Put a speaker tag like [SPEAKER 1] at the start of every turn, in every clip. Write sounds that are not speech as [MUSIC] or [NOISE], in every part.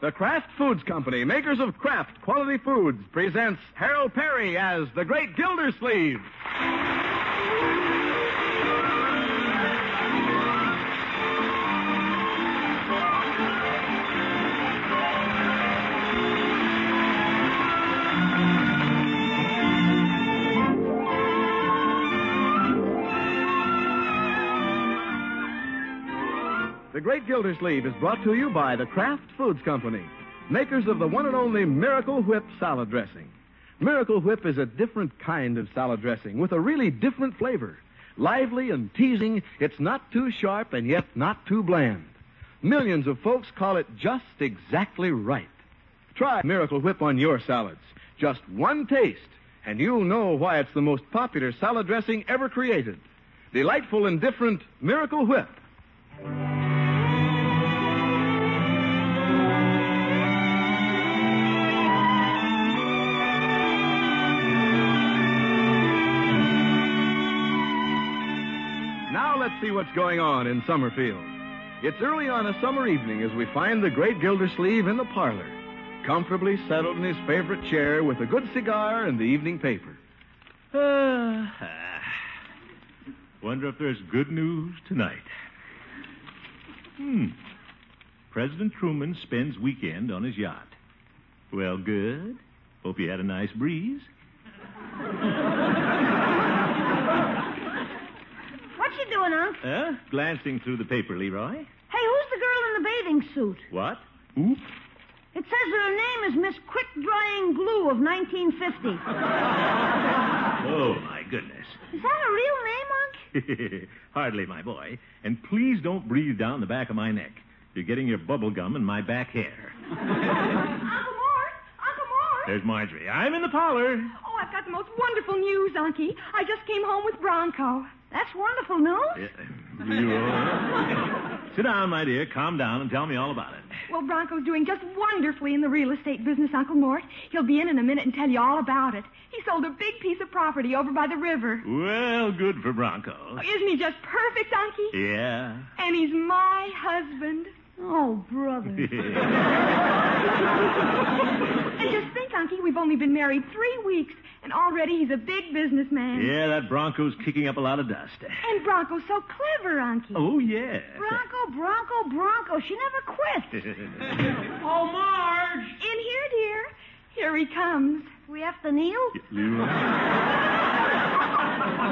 [SPEAKER 1] The Kraft Foods Company, makers of Kraft quality foods, presents Harold Perry as the Great Gildersleeve. The Great Gildersleeve is brought to you by the Kraft Foods Company, makers of the one and only Miracle Whip salad dressing. Miracle Whip is a different kind of salad dressing with a really different flavor. Lively and teasing, it's not too sharp and yet not too bland. Millions of folks call it just exactly right. Try Miracle Whip on your salads. Just one taste, and you'll know why it's the most popular salad dressing ever created. Delightful and different Miracle Whip. Now let's see what's going on in Summerfield. It's early on a summer evening as we find the great Gildersleeve in the parlor, comfortably settled in his favorite chair with a good cigar and the evening paper.
[SPEAKER 2] Wonder if there's good news tonight. Hmm. President Truman spends weekend on his yacht. Well, good. Hope you had a nice breeze.
[SPEAKER 3] What you doing, Unc?
[SPEAKER 2] Huh? Glancing through the paper, Leroy.
[SPEAKER 3] Hey, who's the girl in the bathing suit?
[SPEAKER 2] What? Oop.
[SPEAKER 3] It says that her name is Miss Quick Drying Glue of 1950.
[SPEAKER 2] Oh, my goodness.
[SPEAKER 3] Is that her real name, Unc?
[SPEAKER 2] [LAUGHS] Hardly, my boy. And please don't breathe down the back of my neck. You're getting your bubble gum in my back hair.
[SPEAKER 4] Uncle Mort! Uncle Mort!
[SPEAKER 2] There's Marjorie. I'm in the parlor.
[SPEAKER 4] Oh, I've got the most wonderful news, Unky. I just came home with Bronco.
[SPEAKER 3] That's wonderful news.
[SPEAKER 2] Yeah, Leroy. Sit down, my dear. Calm down and tell me all about it.
[SPEAKER 4] Well, Bronco's doing just wonderfully in the real estate business, Uncle Mort. He'll be in in a minute and tell you all about it. He sold a big piece of property over by the river.
[SPEAKER 2] Well, good for Bronco.
[SPEAKER 4] Oh, isn't he just perfect,
[SPEAKER 5] [LAUGHS]
[SPEAKER 4] Unky?
[SPEAKER 2] Yeah. [LAUGHS]
[SPEAKER 4] And he's my husband.
[SPEAKER 3] Oh, brother.
[SPEAKER 4] And just think, Unky, we've only been married three weeks, and already he's a big businessman.
[SPEAKER 2] yeah, that Bronco's kicking up a lot of dust.
[SPEAKER 4] And Bronco's so clever, Unky.
[SPEAKER 2] Oh, yeah.
[SPEAKER 3] Bronco, Bronco, Bronco. She never quits.
[SPEAKER 5] Oh, Marge!
[SPEAKER 4] In here, dear. Here he comes.
[SPEAKER 3] We have to kneel?
[SPEAKER 4] [LAUGHS]
[SPEAKER 2] Leroy.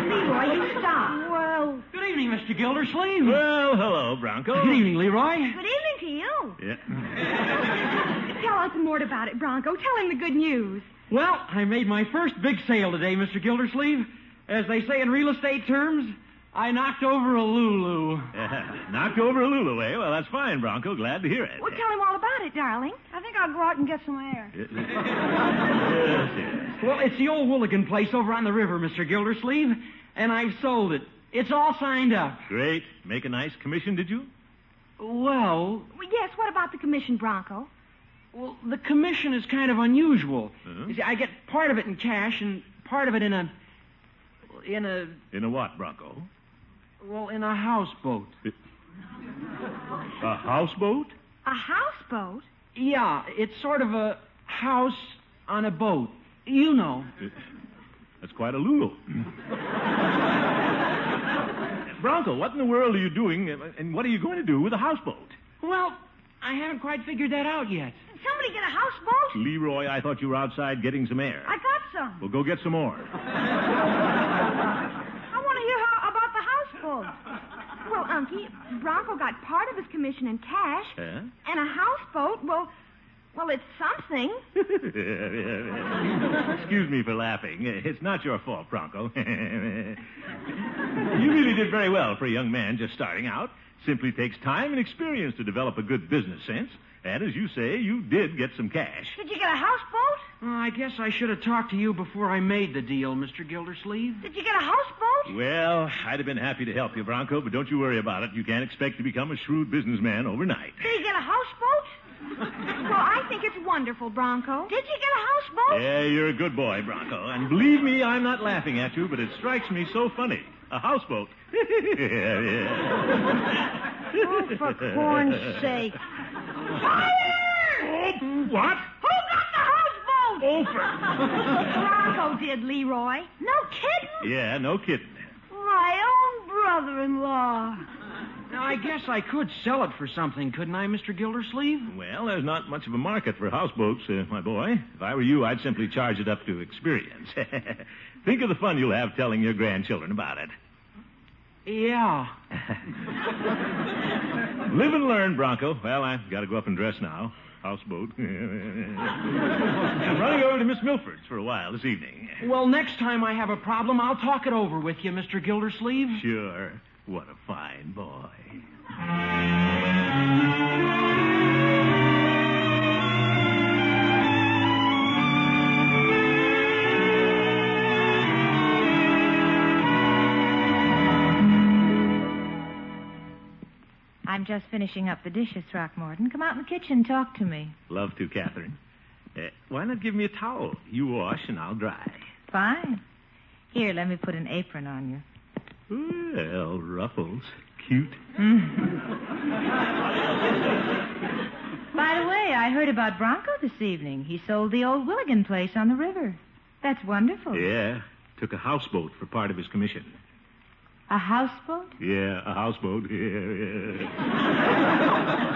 [SPEAKER 3] Leroy, you stop. Well,
[SPEAKER 5] Good evening, Mr. Gildersleeve.
[SPEAKER 2] Well, hello, Bronco.
[SPEAKER 5] Good evening, Leroy.
[SPEAKER 3] good evening to you.
[SPEAKER 2] Yeah.
[SPEAKER 4] Tell Uncle Mort about it, Bronco. Tell him the good news.
[SPEAKER 5] Well, I made my first big sale today, Mr. Gildersleeve. As they say in real estate terms, I knocked over a Lulu.
[SPEAKER 2] [LAUGHS] Knocked over a Lulu, eh? Well, that's fine, Bronco. Glad to hear it.
[SPEAKER 4] Well, tell him all about it, darling.
[SPEAKER 3] I think I'll go out and get some air.
[SPEAKER 2] [LAUGHS] yes, yes.
[SPEAKER 5] Well, it's the old Wooligan place over on the river, Mr. Gildersleeve, and I've sold it. It's all signed up.
[SPEAKER 2] Great. Make a nice commission, did you?
[SPEAKER 5] Well,
[SPEAKER 4] Well, yes, what about the commission, Bronco?
[SPEAKER 5] well, the commission is kind of unusual.
[SPEAKER 2] Huh?
[SPEAKER 5] You see, I get part of it in cash and part of it in a in a
[SPEAKER 2] In a what, Bronco?
[SPEAKER 5] well, in a houseboat.
[SPEAKER 2] A houseboat?
[SPEAKER 4] A houseboat?
[SPEAKER 5] Yeah, it's sort of a house on a boat. You know.
[SPEAKER 2] That's quite a Lulu. Bronco, what in the world are you doing, and- and what are you going to do with a houseboat?
[SPEAKER 5] Well, I haven't quite figured that out yet.
[SPEAKER 3] Did somebody get a houseboat?
[SPEAKER 2] Leroy, I thought you were outside getting some air.
[SPEAKER 3] I got some.
[SPEAKER 2] Well, go get some more.
[SPEAKER 3] I want to hear how, about the houseboat.
[SPEAKER 4] Well, Unky, Bronco got part of his commission in cash,
[SPEAKER 2] Huh? [LAUGHS]
[SPEAKER 4] and a houseboat, well, well, it's
[SPEAKER 2] [LAUGHS]
[SPEAKER 4] something.
[SPEAKER 2] Excuse me for laughing. It's not your fault, Bronco. [LAUGHS] you really did very well for a young man just starting out. Simply takes time and experience to develop a good business sense. And as you say, you did get some cash.
[SPEAKER 3] Did you get a houseboat?
[SPEAKER 5] Well, I guess I should have talked to you before I made the deal, Mr. Gildersleeve.
[SPEAKER 3] Did you get a houseboat?
[SPEAKER 2] Well, I'd have been happy to help you, Bronco, but don't you worry about it. You can't expect to become a shrewd businessman overnight.
[SPEAKER 3] Did you get a houseboat?
[SPEAKER 4] Well, I think it's wonderful, Bronco.
[SPEAKER 3] Did you get a houseboat?
[SPEAKER 2] Yeah, you're a good boy, Bronco. And believe me, I'm not laughing at you, but it strikes me so funny. A houseboat. [LAUGHS]
[SPEAKER 3] Oh, for corn's sake. Fire!
[SPEAKER 2] What?
[SPEAKER 3] Who got the house vote?
[SPEAKER 4] [LAUGHS]
[SPEAKER 2] Open.
[SPEAKER 3] Bronco did, Leroy. No kidding?
[SPEAKER 2] yeah, no kidding.
[SPEAKER 3] My own brother-in-law.
[SPEAKER 5] Now, I guess I could sell it for something, couldn't I, Mr. Gildersleeve?
[SPEAKER 2] Well, there's not much of a market for houseboats, uh, my boy. If I were you, I'd simply charge it up to experience. [LAUGHS] Think of the fun you'll have telling your grandchildren about it. [LAUGHS]
[SPEAKER 5] Yeah.
[SPEAKER 2] Live and learn, Bronco. Well, I've got to go up and dress now. Houseboat. I'm running over to Miss Milford's for a while this evening.
[SPEAKER 5] Well, next time I have a problem, I'll talk it over with you, Mr. Gildersleeve.
[SPEAKER 2] Sure. What a fine boy.
[SPEAKER 6] I'm just finishing up the dishes, Throckmorton. Come out in the kitchen and talk to me.
[SPEAKER 2] Love to, Catherine. Uh, why not give me a towel? You wash and I'll dry.
[SPEAKER 6] Fine. Here, let me put an apron on you.
[SPEAKER 2] Well, Ruffles. Cute.
[SPEAKER 6] By the way, I heard about Bronco this evening. He sold the old Willigan place on the river. That's wonderful.
[SPEAKER 2] Oh. Yeah. Took a houseboat for part of his commission.
[SPEAKER 6] A
[SPEAKER 2] [LAUGHS]
[SPEAKER 6] houseboat?
[SPEAKER 2] Yeah, a houseboat. [LAUGHS] Yeah, yeah.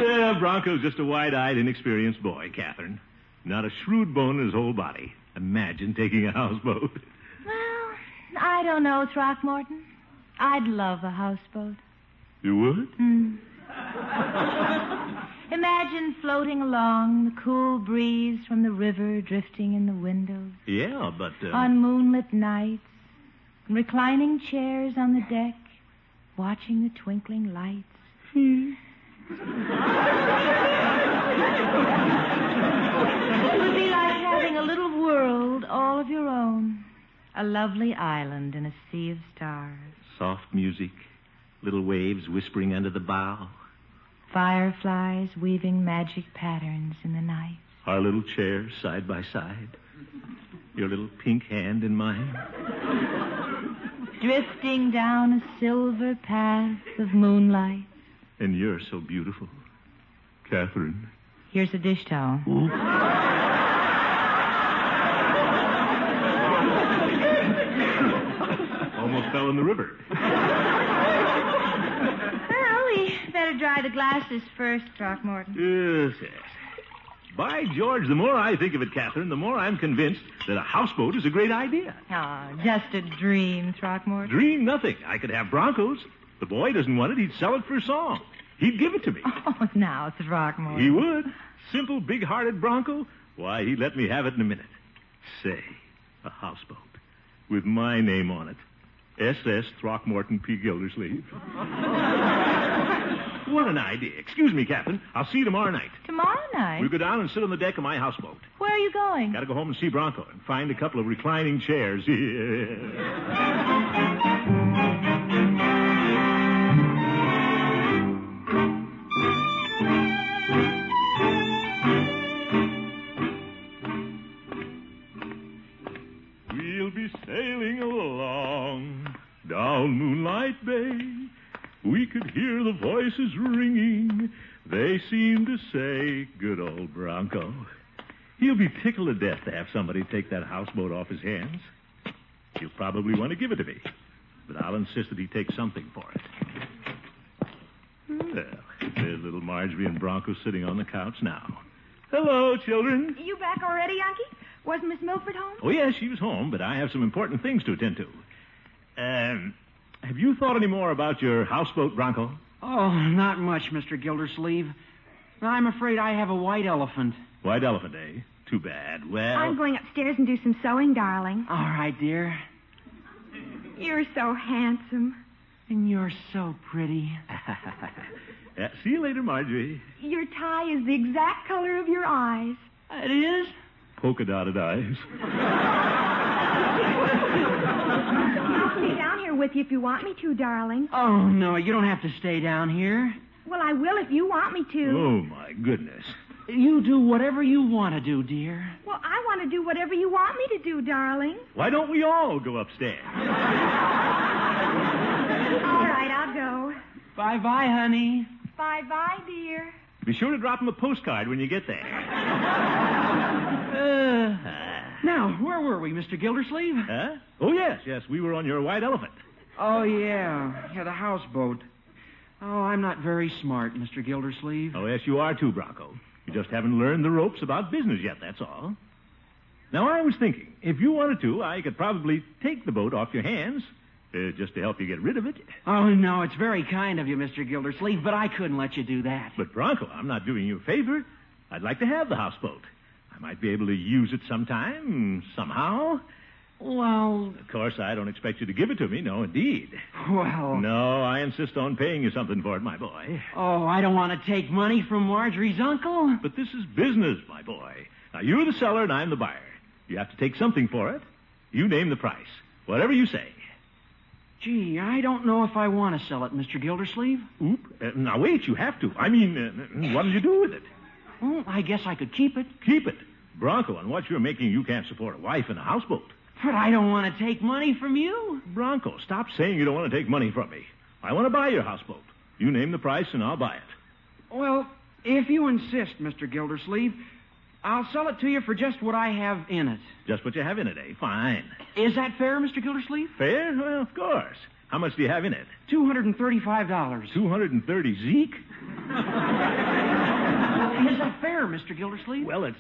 [SPEAKER 2] yeah Uh, Bronco's just a wide eyed, inexperienced boy, Catherine. Not a shrewd bone in his whole body. Imagine taking a houseboat.
[SPEAKER 6] Well, I don't know, Throckmorton. I'd love a
[SPEAKER 2] [LAUGHS]
[SPEAKER 6] houseboat.
[SPEAKER 2] You would?
[SPEAKER 6] Imagine floating along, the cool breeze from the river drifting in the windows,
[SPEAKER 2] Yeah, but. Uh,
[SPEAKER 6] on moonlit nights, reclining chairs on the deck, watching the twinkling lights. Hmm. it would be like having a little world all of your own, a lovely island in a sea of stars,
[SPEAKER 2] Soft music. Little waves whispering under the bow.
[SPEAKER 6] fireflies weaving magic patterns in the night.
[SPEAKER 2] Our little chairs side by side. Your little pink hand in mine.
[SPEAKER 6] drifting down a silver path of moonlight.
[SPEAKER 2] And you're so beautiful. Catherine.
[SPEAKER 6] Here's a dish towel.
[SPEAKER 2] Almost fell in the river.
[SPEAKER 6] Well, we better dry the glasses first, Throckmorton.
[SPEAKER 2] Yes, yes. By George, the more I think of it, Catherine, the more I'm convinced that a houseboat is a great idea.
[SPEAKER 6] Ah, just a dream, Throckmorton.
[SPEAKER 2] Dream nothing. I could have Broncos. The boy doesn't want it. He'd sell it for a song. He'd give it to me.
[SPEAKER 6] Oh, [LAUGHS] now, Throckmorton.
[SPEAKER 2] He would. Simple, big hearted Bronco. Why, he'd let me have it in a minute. Say, a houseboat with my name on it S.S. Throckmorton P. Gildersleeve. what an idea. Excuse me, Captain. I'll see you tomorrow night.
[SPEAKER 6] Tomorrow night?
[SPEAKER 2] We'll go down and sit on the deck of my houseboat.
[SPEAKER 6] Where are you going?
[SPEAKER 2] Gotta go home and see Bronco and find a couple of reclining chairs. [LAUGHS] we'll be sailing along down Moonlight Bay. We could hear the voices ringing. They seemed to say, good old Bronco. He'll be tickled to death to have somebody take that houseboat off his hands. He'll probably want to give it to me, but I'll insist that he take something for it. Well, there's little Marjorie and Bronco sitting on the couch now. Hello, children.
[SPEAKER 4] You back already, Unky? Was Miss Milford home?
[SPEAKER 2] Oh, yes, she was home, but I have some important things to attend to. Um, have you thought any more about your houseboat, Bronco?
[SPEAKER 5] Oh, not much, Mr. Gildersleeve. I'm afraid I have a white elephant.
[SPEAKER 2] White elephant, eh? Too bad. Well,
[SPEAKER 4] I'm going upstairs and do some sewing, darling.
[SPEAKER 5] All right, dear.
[SPEAKER 4] You're so handsome.
[SPEAKER 5] And you're so pretty.
[SPEAKER 2] uh, see you later, Marjorie.
[SPEAKER 4] [LAUGHS] Your tie is the exact color of your eyes.
[SPEAKER 5] It is?
[SPEAKER 2] Polka dotted eyes. [LAUGHS]
[SPEAKER 4] [LAUGHS] I'll stay down here with you if you want me to, darling.
[SPEAKER 5] Oh, no, you don't have to stay down here.
[SPEAKER 4] Well, I will if you want me to.
[SPEAKER 2] Oh, my goodness.
[SPEAKER 5] You do whatever you want to do, dear.
[SPEAKER 4] Well, I want to do whatever you want me to do, darling.
[SPEAKER 2] Why don't we all go upstairs?
[SPEAKER 4] All right, I'll go.
[SPEAKER 5] Bye bye, honey.
[SPEAKER 4] Bye bye, dear.
[SPEAKER 2] Be sure to drop him a postcard when you get there.
[SPEAKER 5] Now, where were we, Mr. Gildersleeve?
[SPEAKER 2] Uh, Huh? Oh, yes, yes, we were on your white elephant.
[SPEAKER 5] Oh, yeah. Yeah, the houseboat. Oh, I'm not very smart, Mr. Gildersleeve.
[SPEAKER 2] Oh, yes, you are too, Bronco. You just haven't learned the ropes about business yet, that's all. Now, I was thinking, if you wanted to, I could probably take the boat off your hands uh, just to help you get rid of it.
[SPEAKER 5] Oh, no, it's very kind of you, Mr. Gildersleeve, but I couldn't let you do that.
[SPEAKER 2] But, Bronco, I'm not doing you a favor. I'd like to have the houseboat. I might be able to use it sometime, somehow.
[SPEAKER 5] Well,
[SPEAKER 2] Of course, I don't expect you to give it to me. No, indeed.
[SPEAKER 5] well.
[SPEAKER 2] No, I insist on paying you something for it, my boy.
[SPEAKER 5] Oh, I don't want to take money from Marjorie's uncle.
[SPEAKER 2] But this is business, my boy. Now, you're the seller and I'm the buyer. You have to take something for it. You name the price. Whatever you say.
[SPEAKER 5] Gee, I don't know if I want to sell it, Mr. Gildersleeve.
[SPEAKER 2] Oop. Uh, now, wait, you have to. I mean, uh, what'll you do with it?
[SPEAKER 5] Oh, I guess I could keep it,
[SPEAKER 2] Keep it. Bronco, on what you're making, you can't support a wife and a houseboat.
[SPEAKER 5] but I don't want to take money from you.
[SPEAKER 2] Bronco, stop saying you don't want to take money from me. I want to buy your houseboat. You name the price and I'll buy it.
[SPEAKER 5] Well, if you insist, Mr. Gildersleeve, I'll sell it to you for just what I have in it.
[SPEAKER 2] Just what you have in it, eh? Fine.
[SPEAKER 5] Is that fair, Mr. Gildersleeve?
[SPEAKER 2] Fair? Well, of course. How much do you have in it?
[SPEAKER 5] $235. Is
[SPEAKER 2] 230 Zeke?
[SPEAKER 5] that fair, Mr. Gildersleeve?
[SPEAKER 2] Well, it's.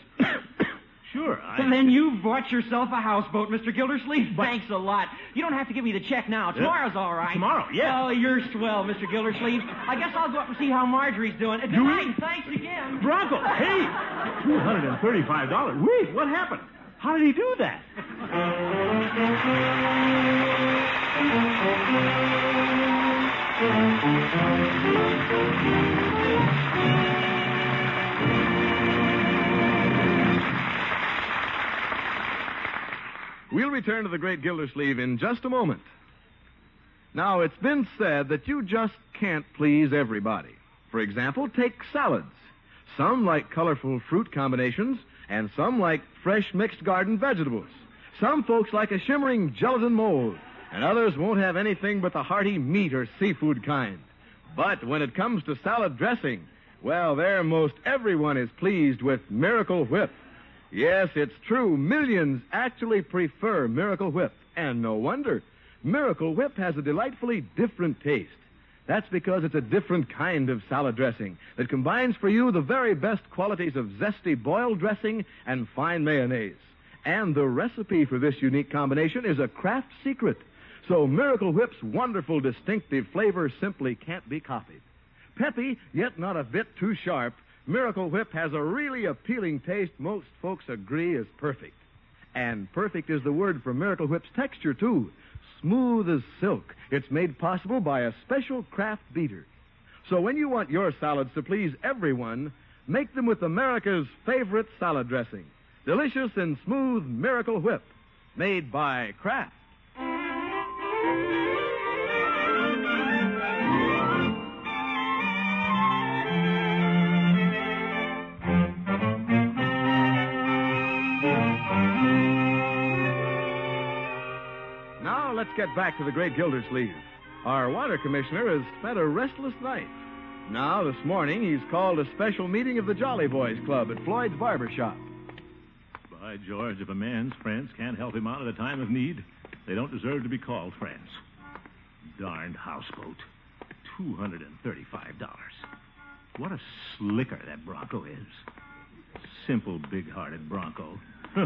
[SPEAKER 2] sure, I.
[SPEAKER 5] And then you bought yourself a houseboat, Mr. Gildersleeve. Thanks a lot. You don't have to give me the check now. Tomorrow's all right.
[SPEAKER 2] Tomorrow, yeah.
[SPEAKER 5] Oh, you're swell, Mr. Gildersleeve. I guess I'll go up and see how Marjorie's doing. Good
[SPEAKER 2] Do
[SPEAKER 5] night.
[SPEAKER 2] it.
[SPEAKER 5] Thanks again. [LAUGHS]
[SPEAKER 2] Bronco, hey! $235. Wait, what happened? How did he do that?
[SPEAKER 1] We'll return to the great Gildersleeve in just a moment. Now, it's been said that you just can't please everybody. For example, take salads. Some like colorful fruit combinations, and some like fresh mixed garden vegetables. Some folks like a shimmering gelatin mold, and others won't have anything but the hearty meat or seafood kind. But when it comes to salad dressing, well, there most everyone is pleased with Miracle Whip. Yes, it's true. Millions actually prefer Miracle Whip, and no wonder. Miracle Whip has a delightfully different taste. That's because it's a different kind of salad dressing that combines for you the very best qualities of zesty boiled dressing and fine mayonnaise. And the recipe for this unique combination is a craft secret. So Miracle Whip's wonderful distinctive flavor simply can't be copied. Peppy, yet not a bit too sharp, Miracle Whip has a really appealing taste most folks agree is perfect. And perfect is the word for Miracle Whip's texture, too. Smooth as silk. It's made possible by a special craft beater. So when you want your salads to please everyone, make them with America's favorite salad dressing. Delicious and smooth Miracle Whip, made by Kraft. Now let's get back to the great Gildersleeve. Our water commissioner has spent a restless night. Now, this morning, he's called a special meeting of the Jolly Boys Club at Floyd's barber shop.
[SPEAKER 2] By George, if a man's friends can't help him out at a time of need, they don't deserve to be called friends. Darned houseboat. $235. What a slicker that Bronco is. Simple, big hearted Bronco. [LAUGHS]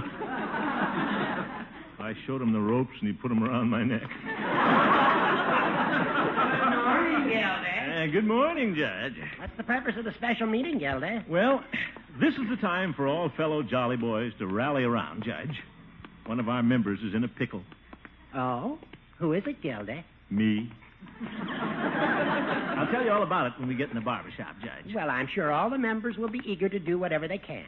[SPEAKER 2] I showed him the ropes and he put them around my neck.
[SPEAKER 6] [LAUGHS]
[SPEAKER 2] Uh, good morning, Judge.
[SPEAKER 7] What's the purpose of the special meeting, Gilda?
[SPEAKER 2] Well, this is the time for all fellow jolly boys to rally around, Judge. One of our members is in a pickle.
[SPEAKER 7] Oh? Who is it, Gilda?
[SPEAKER 2] Me. [LAUGHS] I'll tell you all about it when we get in the barber shop, Judge.
[SPEAKER 7] Well, I'm sure all the members will be eager to do whatever they can.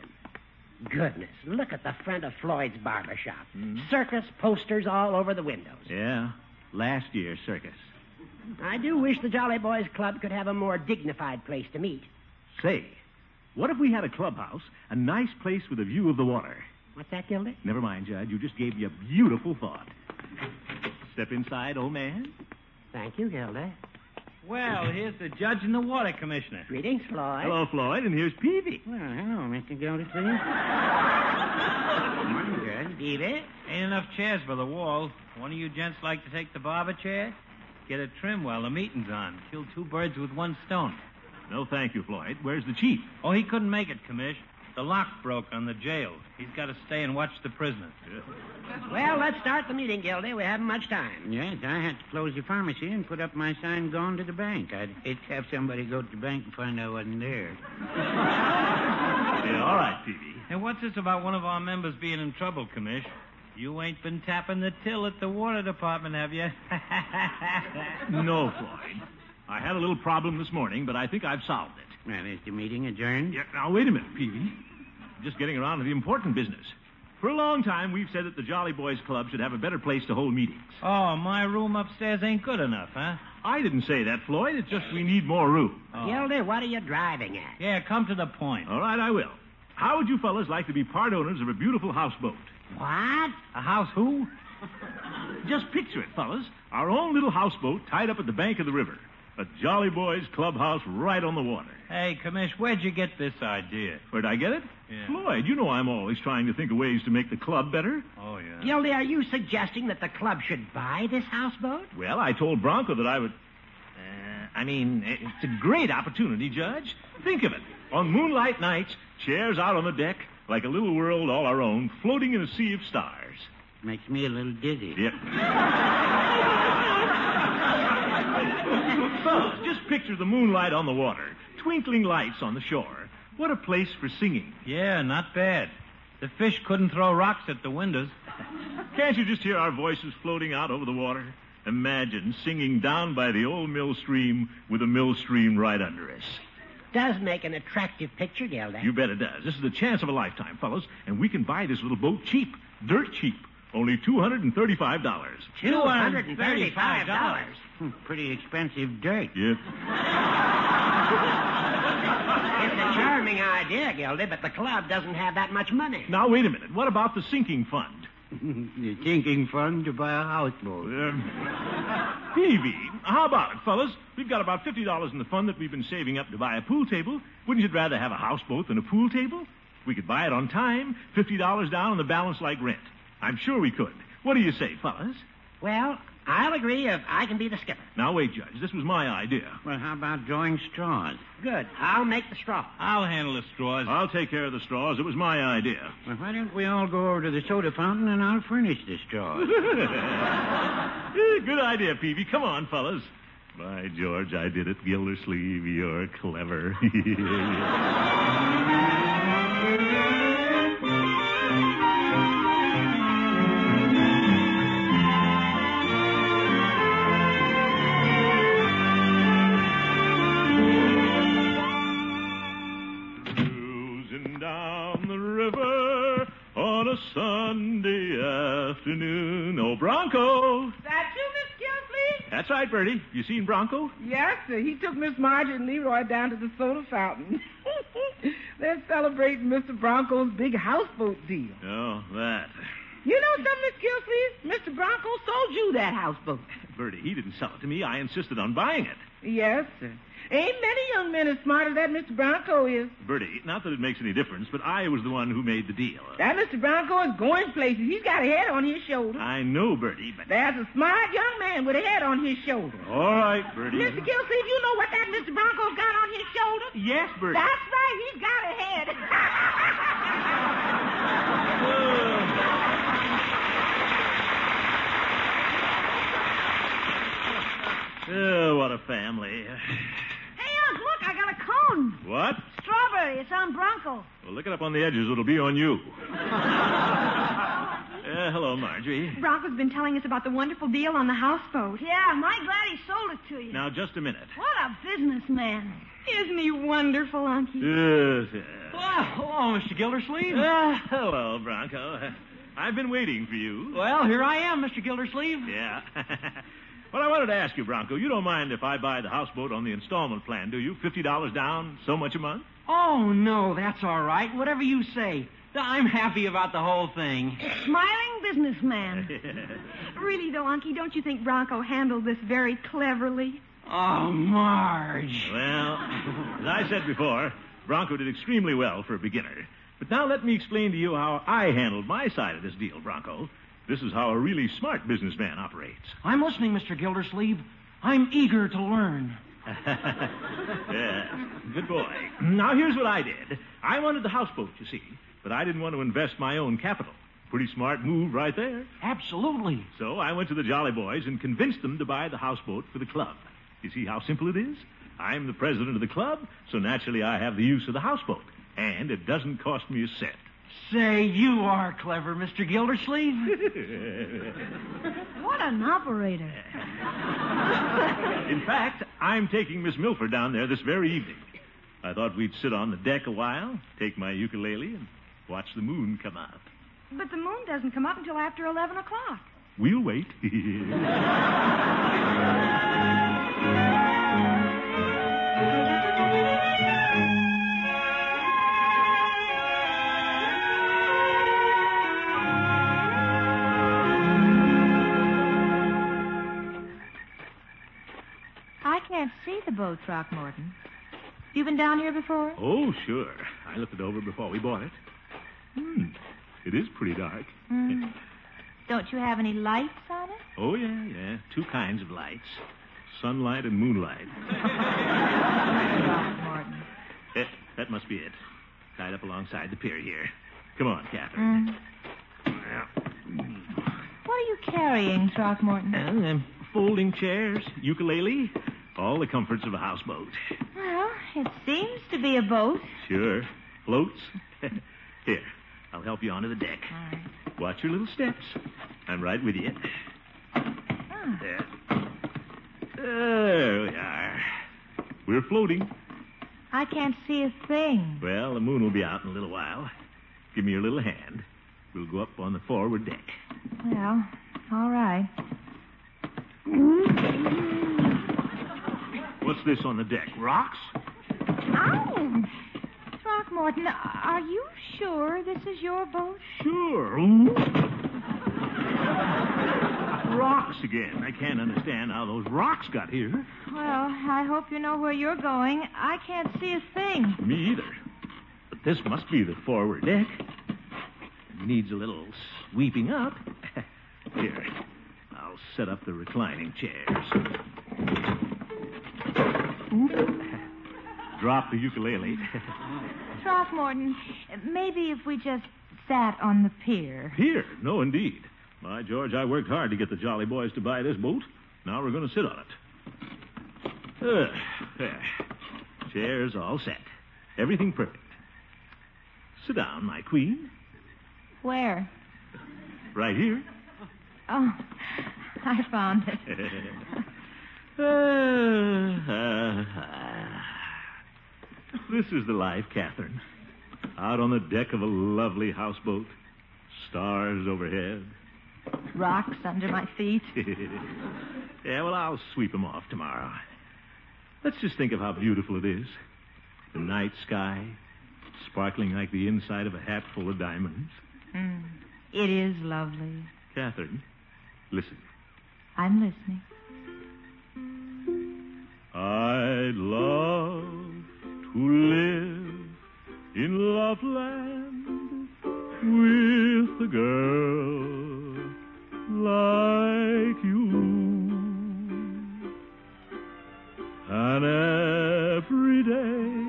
[SPEAKER 7] Goodness, look at the front of Floyd's barber shop.
[SPEAKER 2] Hmm?
[SPEAKER 7] Circus posters all over the windows.
[SPEAKER 2] Yeah, last year's circus.
[SPEAKER 7] I do wish the Jolly Boys Club could have a more dignified place to meet.
[SPEAKER 2] Say, what if we had a clubhouse, a nice place with a view of the water?
[SPEAKER 7] What's that, Gilda?
[SPEAKER 2] Never mind, Judge. You just gave me a beautiful thought. Step inside, old man.
[SPEAKER 7] Thank you, Gilda.
[SPEAKER 5] Well, here's the judge and the water commissioner.
[SPEAKER 7] Greetings, Floyd.
[SPEAKER 2] Hello, Floyd, and here's Peavy.
[SPEAKER 7] Well, hello, Mr. Gildersleeve. Good evening.
[SPEAKER 5] Ain't enough chairs by the wall. One of you gents like to take the barber chair? Get a trim while the meeting's on. Kill two birds with one stone.
[SPEAKER 2] No, thank you, Floyd. Where's the chief?
[SPEAKER 5] Oh, he couldn't make it, Commish. The lock broke on the jail. He's got to stay and watch the prisoners.
[SPEAKER 7] Well, let's start the meeting, Gildy. We haven't much time.
[SPEAKER 8] Yes, I had to close the pharmacy and put up my sign going to the bank. I'd hate to have somebody go to the bank and find I wasn't there.
[SPEAKER 2] [LAUGHS] Yeah, all right, Peavy.
[SPEAKER 5] Hey, what's this about one of our members being in trouble, Commish? You ain't been tapping the till at the water department, have you? [LAUGHS]
[SPEAKER 2] No, Floyd. I had a little problem this morning, but I think I've solved it.
[SPEAKER 8] Well, is the meeting adjourned?
[SPEAKER 2] Yeah, now, wait a minute, Peavy. Just getting around to the important business. For a long time, we've said that the Jolly Boys Club should have a better place to hold meetings.
[SPEAKER 5] oh, my room upstairs ain't good enough, huh?
[SPEAKER 2] I didn't say that, Floyd. It's just we need more room.
[SPEAKER 7] Gildy, what are you driving at?
[SPEAKER 5] Yeah, come to the point.
[SPEAKER 2] All right, I will. How would you fellas like to be part owners of a beautiful houseboat?
[SPEAKER 7] What?
[SPEAKER 5] A house who?
[SPEAKER 2] [LAUGHS] Just picture it, fellas. Our own little houseboat tied up at the bank of the river. A Jolly Boys clubhouse right on the water.
[SPEAKER 5] Hey, Commish, where'd you get this idea?
[SPEAKER 2] Where'd I get it?
[SPEAKER 5] Yeah.
[SPEAKER 2] Floyd, you know I'm always trying to think of ways to make the club better.
[SPEAKER 5] Oh, yeah.
[SPEAKER 7] Gildy, are you suggesting that the club should buy this houseboat?
[SPEAKER 2] Well, I told Bronco that I would. Uh, I mean, it's a great opportunity, Judge. Think of it. On moonlight nights, chairs out on the deck, like a little world all our own, floating in a sea of stars.
[SPEAKER 8] Makes me a little dizzy.
[SPEAKER 2] Yep. Fellas, just picture the moonlight on the water, twinkling lights on the shore. What a place for singing.
[SPEAKER 5] Yeah, not bad. The fish couldn't throw rocks at the windows.
[SPEAKER 2] [LAUGHS] Can't you just hear our voices floating out over the water? Imagine singing down by the old mill stream with a mill stream right under us.
[SPEAKER 7] Does make an attractive picture, Gildy.
[SPEAKER 2] You bet it does. This is the chance of a lifetime, fellas, and we can buy this little boat cheap, dirt cheap, only $235.
[SPEAKER 7] $235.
[SPEAKER 8] Hmm, pretty expensive dirt.
[SPEAKER 2] Yep.
[SPEAKER 7] It's a charming idea, Gildy, but the club doesn't have that much money.
[SPEAKER 2] Now, wait a minute. What about the sinking
[SPEAKER 8] [LAUGHS]
[SPEAKER 2] fund?
[SPEAKER 8] You're thinking fun to buy a houseboat.
[SPEAKER 2] Um, Peavy, how about it, fellas? We've got about $50 in the fund that we've been saving up to buy a pool table. Wouldn't you rather have a houseboat than a pool table? We could buy it on time, $50 down, and the balance like rent. I'm sure we could. What do you say, fellas?
[SPEAKER 7] Well, I'll agree if I can be the skipper.
[SPEAKER 2] Now, wait, Judge. This was my idea.
[SPEAKER 8] Well, how about drawing straws?
[SPEAKER 7] Good. I'll make the straw.
[SPEAKER 5] I'll handle the straws.
[SPEAKER 2] I'll take care of the straws. It was my idea.
[SPEAKER 8] Well, why don't we all go over to the soda fountain and I'll furnish the
[SPEAKER 5] [LAUGHS]
[SPEAKER 8] straws?
[SPEAKER 2] Eh, [LAUGHS] Good idea, Peavy. Come on, fellas. By George, I did it, Gildersleeve. You're clever. [LAUGHS] Cruising down the river on a Sunday afternoon. Oh, Bronco!
[SPEAKER 9] That you, Miss Gilsleeve?
[SPEAKER 2] That's right, Bertie. You seen Bronco?
[SPEAKER 9] Yes, sir. He took Miss Marjorie and Leroy down to the soda fountain. [LAUGHS] They're celebrating Mr. Bronco's big houseboat deal.
[SPEAKER 2] Oh, that.
[SPEAKER 9] You know something, Miss Gilsleeve? Mr. Bronco sold you that houseboat.
[SPEAKER 2] Bertie, he didn't sell it to me. I insisted on buying it.
[SPEAKER 9] Yes, sir. Ain't many young men as smart as that Mr. Bronco is.
[SPEAKER 2] Bertie, not that it makes any difference, but I was the one who made the deal.
[SPEAKER 9] That Mr. Bronco is going places. He's got a head on his shoulder.
[SPEAKER 2] I know, Bertie, but.
[SPEAKER 9] There's a smart young man with a head on his shoulder.
[SPEAKER 2] All right, Bertie.
[SPEAKER 9] Mr. Gilsleeve, you know what that Mr. Bronco's got on his shoulder?
[SPEAKER 2] Yes, Bertie.
[SPEAKER 9] That's right. He's got a head.
[SPEAKER 2] Oh, what a family.
[SPEAKER 3] Hey, Unc, look, I got a cone.
[SPEAKER 2] What?
[SPEAKER 3] Strawberry. It's on
[SPEAKER 2] [LAUGHS]
[SPEAKER 3] Bronco.
[SPEAKER 2] Well, look it up on the edges. It'll be on you. Uh, hello, Marjorie.
[SPEAKER 4] Bronco's been telling us about the wonderful deal on the houseboat.
[SPEAKER 3] Yeah, my glad he sold it to you.
[SPEAKER 2] Now, just a minute.
[SPEAKER 3] What a businessman.
[SPEAKER 4] Isn't he wonderful, Unky?
[SPEAKER 2] Yes.
[SPEAKER 5] Well, hello, Mr. Gildersleeve.
[SPEAKER 2] Uh, hello, Bronco. [LAUGHS] I've been waiting for you.
[SPEAKER 5] well, here I am, Mr. Gildersleeve.
[SPEAKER 2] Yeah. [LAUGHS] well, I wanted to ask you, Bronco, you don't mind if I buy the houseboat on the installment plan, do you? $50 down, so much a month?
[SPEAKER 5] Oh, no, that's all right. Whatever you say. I'm happy about the whole thing.
[SPEAKER 3] Smiling businessman.
[SPEAKER 4] [LAUGHS] Really, though, Unky, don't you think Bronco handled this very cleverly?
[SPEAKER 5] Oh, Marge.
[SPEAKER 2] Well, as I said before, Bronco did extremely well for a beginner. But now let me explain to you how I handled my side of this deal, Bronco. This is how a really smart businessman operates.
[SPEAKER 5] [LAUGHS] I'm listening, Mr. Gildersleeve. I'm eager to learn.
[SPEAKER 2] [LAUGHS] Yeah, good boy. Now, here's what I did. I wanted the houseboat, you see, but I didn't want to invest my own capital. Pretty smart move right there.
[SPEAKER 5] Absolutely.
[SPEAKER 2] So I went to the Jolly Boys and convinced them to buy the houseboat for the club. You see how simple it is? I'm the president of the club, so naturally I have the use of the houseboat. And it doesn't cost me a cent.
[SPEAKER 5] Say, you are clever, Mr.
[SPEAKER 8] [LAUGHS]
[SPEAKER 5] Gildersleeve.
[SPEAKER 2] [LAUGHS]
[SPEAKER 3] What an operator.
[SPEAKER 2] In fact, I'm taking Miss Milford down there this very evening. I thought we'd sit on the deck a while, take my ukulele, and watch the moon come up.
[SPEAKER 4] [LAUGHS] But the moon doesn't come up until after 11 o'clock.
[SPEAKER 2] We'll wait. [LAUGHS]
[SPEAKER 6] I can't see the boat, Throckmorton. You been down here before?
[SPEAKER 2] oh, sure. I looked it over before we bought it. Hmm. It is pretty dark.
[SPEAKER 6] Mm. Don't you have any lights on it?
[SPEAKER 2] Oh, yeah, yeah. Two kinds of lights sunlight and moonlight.
[SPEAKER 6] Throckmorton.
[SPEAKER 2] Eh, that must be it. Tied up alongside the pier here. Come on, Catherine.
[SPEAKER 6] Mm. What are you carrying, Throckmorton?
[SPEAKER 2] And, um, folding chairs, ukulele, all the comforts of a houseboat.
[SPEAKER 6] Well, it seems to be a boat.
[SPEAKER 2] Sure. Floats. [LAUGHS] Here, I'll help you onto the deck.
[SPEAKER 6] All right.
[SPEAKER 2] Watch your little steps. I'm right with you.
[SPEAKER 6] Ah.
[SPEAKER 2] There. There we are. We're floating.
[SPEAKER 6] I can't see a thing.
[SPEAKER 2] Well, the moon will be out in a little while. Give me your little hand. We'll go up on the forward deck.
[SPEAKER 6] Well, all right.
[SPEAKER 2] What's this on the deck? Rocks?
[SPEAKER 6] Ouch! Throckmorton, are you sure this is your boat?
[SPEAKER 2] Sure. rocks again. I can't understand how those rocks got here.
[SPEAKER 6] Well, I hope you know where you're going. I can't see a thing.
[SPEAKER 2] Me either. But this must be the forward deck. It needs a little sweeping up. [LAUGHS] Here, I'll set up the reclining chairs. Drop the ukulele.
[SPEAKER 6] Throckmorton, maybe if we just sat on the pier.
[SPEAKER 2] Here, no, indeed. By George, I worked hard to get the Jolly Boys to buy this boat. Now we're going to sit on it. There, there. Chairs all set. Everything perfect. Sit down, my queen.
[SPEAKER 6] Where?
[SPEAKER 2] Right here. [LAUGHS]
[SPEAKER 6] Oh, I found it.
[SPEAKER 2] [LAUGHS] Uh, uh, uh. this is the life, Catherine. Out on the deck of a lovely houseboat. Stars overhead.
[SPEAKER 6] Rocks under my feet.
[SPEAKER 2] [LAUGHS] yeah, well, I'll sweep 'em off tomorrow. Let's just think of how beautiful it is. The night sky, sparkling like the inside of a hat full of diamonds.
[SPEAKER 6] Mm, It is lovely.
[SPEAKER 2] Catherine, listen.
[SPEAKER 6] I'm listening.
[SPEAKER 2] I'd love to live in Loveland with a girl like you. And every day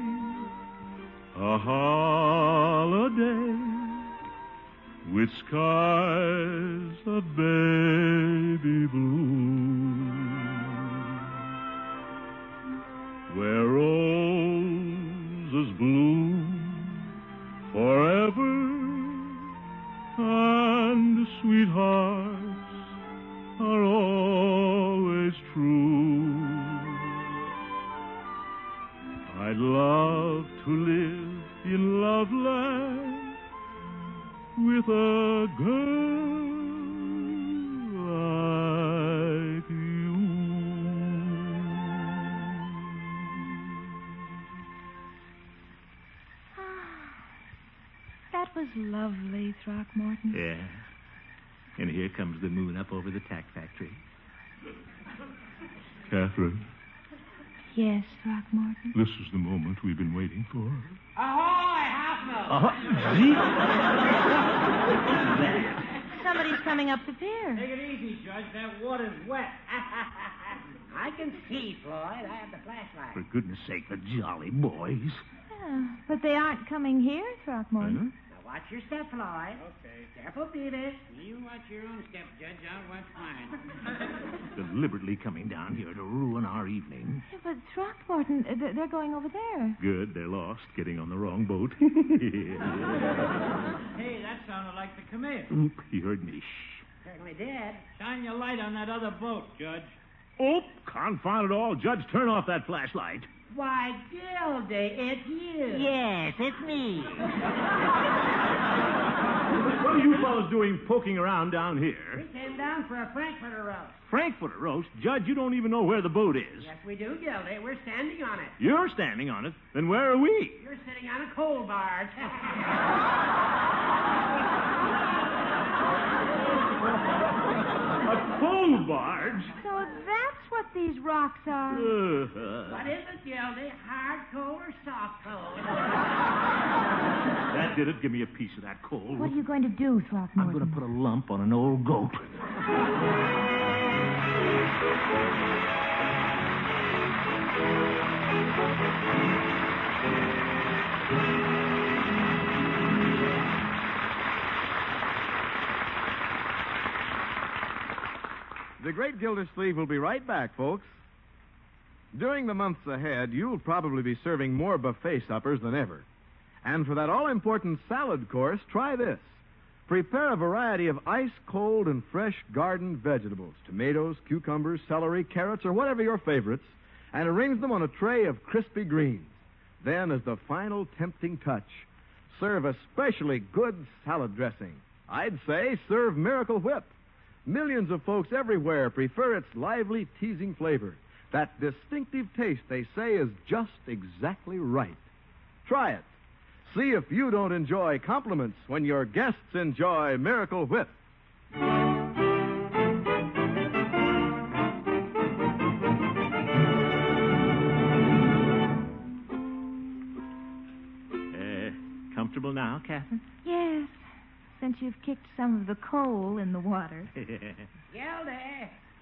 [SPEAKER 2] a holiday with skies of baby blue where roses bloom forever and sweethearts are always true. I'd love to live in Loveland with a girl like you.
[SPEAKER 6] That was lovely, Throckmorton.
[SPEAKER 2] Yeah. And here comes the moon up over the tack factory. Catherine,
[SPEAKER 6] Yes, Throckmorton.
[SPEAKER 2] This is the moment we've been waiting for.
[SPEAKER 5] Ahoy, Half
[SPEAKER 6] Somebody's coming up the pier.
[SPEAKER 8] Take it easy, Judge. That water's wet.
[SPEAKER 7] [LAUGHS] I can see, Floyd. I have the flashlight.
[SPEAKER 2] For goodness sake, the jolly boys.
[SPEAKER 6] Yeah, Oh, but they aren't coming here, Throckmorton.
[SPEAKER 7] Now watch your step, Floyd.
[SPEAKER 8] Okay.
[SPEAKER 7] Careful, Beavis.
[SPEAKER 8] You watch your own step, Judge. I'll watch mine.
[SPEAKER 7] [LAUGHS]
[SPEAKER 2] Deliberately coming down here to ruin our evening.
[SPEAKER 6] Yeah, but Throckmorton, uh, they're- they're going over there.
[SPEAKER 2] Good, they're lost, getting on the wrong boat. [LAUGHS]
[SPEAKER 8] hey, that sounded like the commit.
[SPEAKER 2] Oop, he heard me.
[SPEAKER 7] Certainly did.
[SPEAKER 8] Shine your light on that other boat, Judge.
[SPEAKER 2] Oop, confound it all. Judge, turn off that flashlight.
[SPEAKER 7] Why, Gildy, it's you.
[SPEAKER 8] Yes, it's me.
[SPEAKER 7] [LAUGHS]
[SPEAKER 2] What are you fellows doing poking around down
[SPEAKER 7] We
[SPEAKER 2] here?
[SPEAKER 7] came down for a Frankfurter roast.
[SPEAKER 2] Frankfurter roast? Judge, you don't even know where the boat is.
[SPEAKER 7] Yes, we do, Gildy. We're standing on it.
[SPEAKER 2] You're standing on it. Then where are we?
[SPEAKER 7] You're sitting on a coal [LAUGHS] barge.
[SPEAKER 2] A coal barge?
[SPEAKER 6] So that's what these rocks are.
[SPEAKER 2] Uh,
[SPEAKER 7] what is it, Gildy? Hard coal or soft coal?
[SPEAKER 2] that did it. Give me a piece of that coal.
[SPEAKER 6] What are you going to do,
[SPEAKER 2] I'm
[SPEAKER 6] Throckmorton?
[SPEAKER 2] going to put a lump on an old goat.
[SPEAKER 1] The Great Gildersleeve will be right back, folks. During the months ahead, you'll probably be serving more buffet suppers than ever. And for that all important salad course, try this. Prepare a variety of ice cold and fresh garden vegetables tomatoes, cucumbers, celery, carrots, or whatever your favorites and arrange them on a tray of crispy greens. Then, as the final tempting touch, serve a specially good salad dressing. I'd say serve Miracle Whip. Millions of folks everywhere prefer its lively, teasing flavor. That distinctive taste they say is just exactly right. Try it. See if you don't enjoy compliments when your guests enjoy Miracle Whip.
[SPEAKER 2] Uh, comfortable now, Catherine?
[SPEAKER 6] Yes, since you've kicked some of the coal in the water.
[SPEAKER 7] Gildy,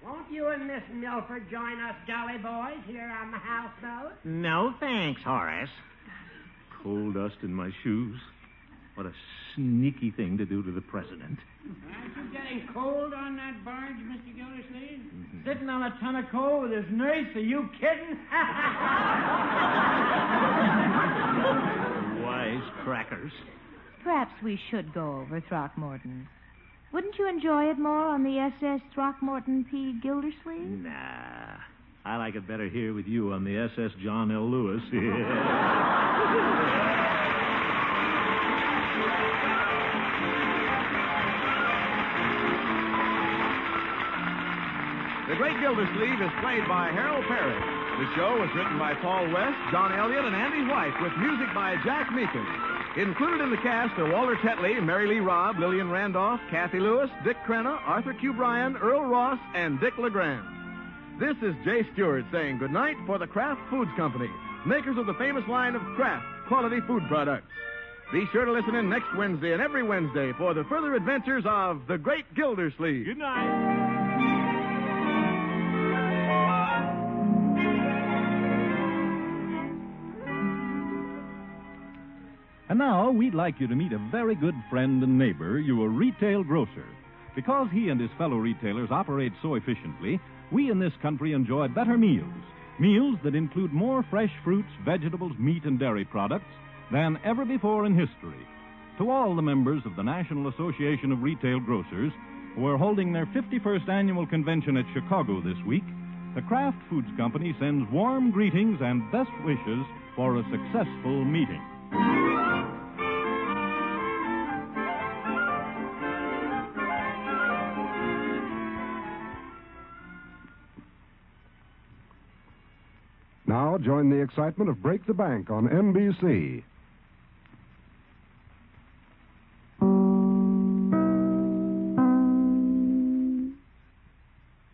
[SPEAKER 7] won't you and Miss Milford join us jolly boys here on the house boat?
[SPEAKER 8] No thanks, Horace.
[SPEAKER 2] coal dust in my shoes. What a sneaky thing to do to the president.
[SPEAKER 8] Aren't you getting cold on that barge, Mr. Gildersleeve? Sitting on a ton of coal with his nurse? Are you kidding? [LAUGHS]
[SPEAKER 2] Wise crackers.
[SPEAKER 6] Perhaps we should go over Throckmorton. Wouldn't you enjoy it more on the SS Throckmorton P. Gildersleeve?
[SPEAKER 2] Nah. I like it better here with you on the SS John L. Lewis. [LAUGHS]
[SPEAKER 1] The Great Gildersleeve is played by Harold Perry. The show was written by Paul West, John Elliott, and Andy White, with music by Jack Meakin. Included in the cast are Walter Tetley, Mary Lee Robb, Lillian Randolph, Kathy Lewis, Dick Crenna, Arthur Q. Bryan, Earl Ross, and Dick LeGrand. This is Jay Stewart saying goodnight for the Kraft Foods Company, makers of the famous line of Kraft quality food products. Be sure to listen in next Wednesday and every Wednesday for the further adventures of the Great Gildersleeve.
[SPEAKER 2] Good night.
[SPEAKER 10] And now we'd like you to meet a very good friend and neighbor, your retail grocer. Because he and his fellow retailers operate so efficiently, we in this country enjoy better meals. Meals that include more fresh fruits, vegetables, meat, and dairy products than ever before in history. To all the members of the National Association of Retail Grocers who are holding their 51st annual convention at Chicago this week, the Kraft Foods Company sends warm greetings and best wishes for a successful meeting.
[SPEAKER 11] Now join the excitement of Break the Bank on NBC.